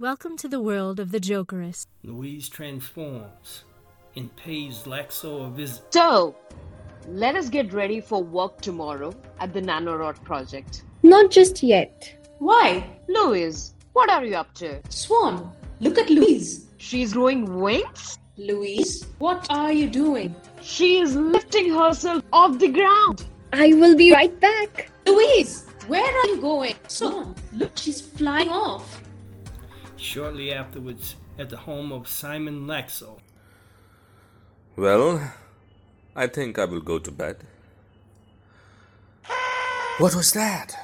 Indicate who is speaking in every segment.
Speaker 1: Welcome to the world of the Jokerist.
Speaker 2: Louise transforms and pays Laxo a visit.
Speaker 3: So, let us get ready for work tomorrow at the Nanorod project.
Speaker 4: Not just yet.
Speaker 5: Why?
Speaker 3: Louise, what are you up to?
Speaker 5: Swan, look at Louise.
Speaker 3: She's growing wings?
Speaker 5: Louise, what are you doing?
Speaker 3: She is lifting herself off the ground.
Speaker 4: I will be right back.
Speaker 5: Louise, where are you going? Swan, look, she's flying off.
Speaker 2: Shortly afterwards, at the home of Simon Laxo,
Speaker 6: Well, I think I will go to bed. What was that?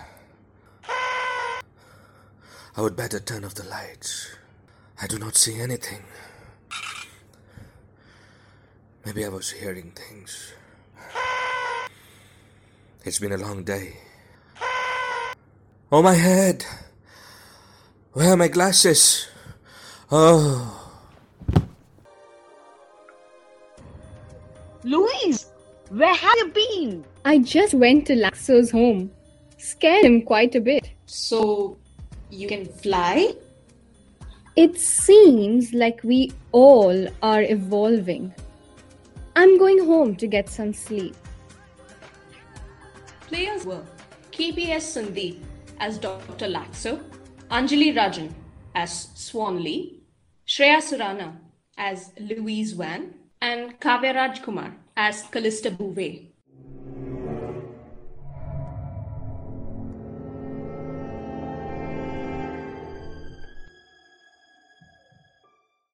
Speaker 6: I would better turn off the lights. I do not see anything. Maybe I was hearing things. It's been a long day. Oh, my head! Where are my glasses? Oh.
Speaker 3: Louise, where have you been?
Speaker 4: I just went to Laxo's home. Scared him quite a bit.
Speaker 5: So, you can fly?
Speaker 4: It seems like we all are evolving. I'm going home to get some sleep.
Speaker 5: Players were KPS Sandeep as Dr. Laxo, Anjali Rajan as Swan Lee, Shreya Surana as Louise Wan, and Kavya Rajkumar as Callista Bouvet.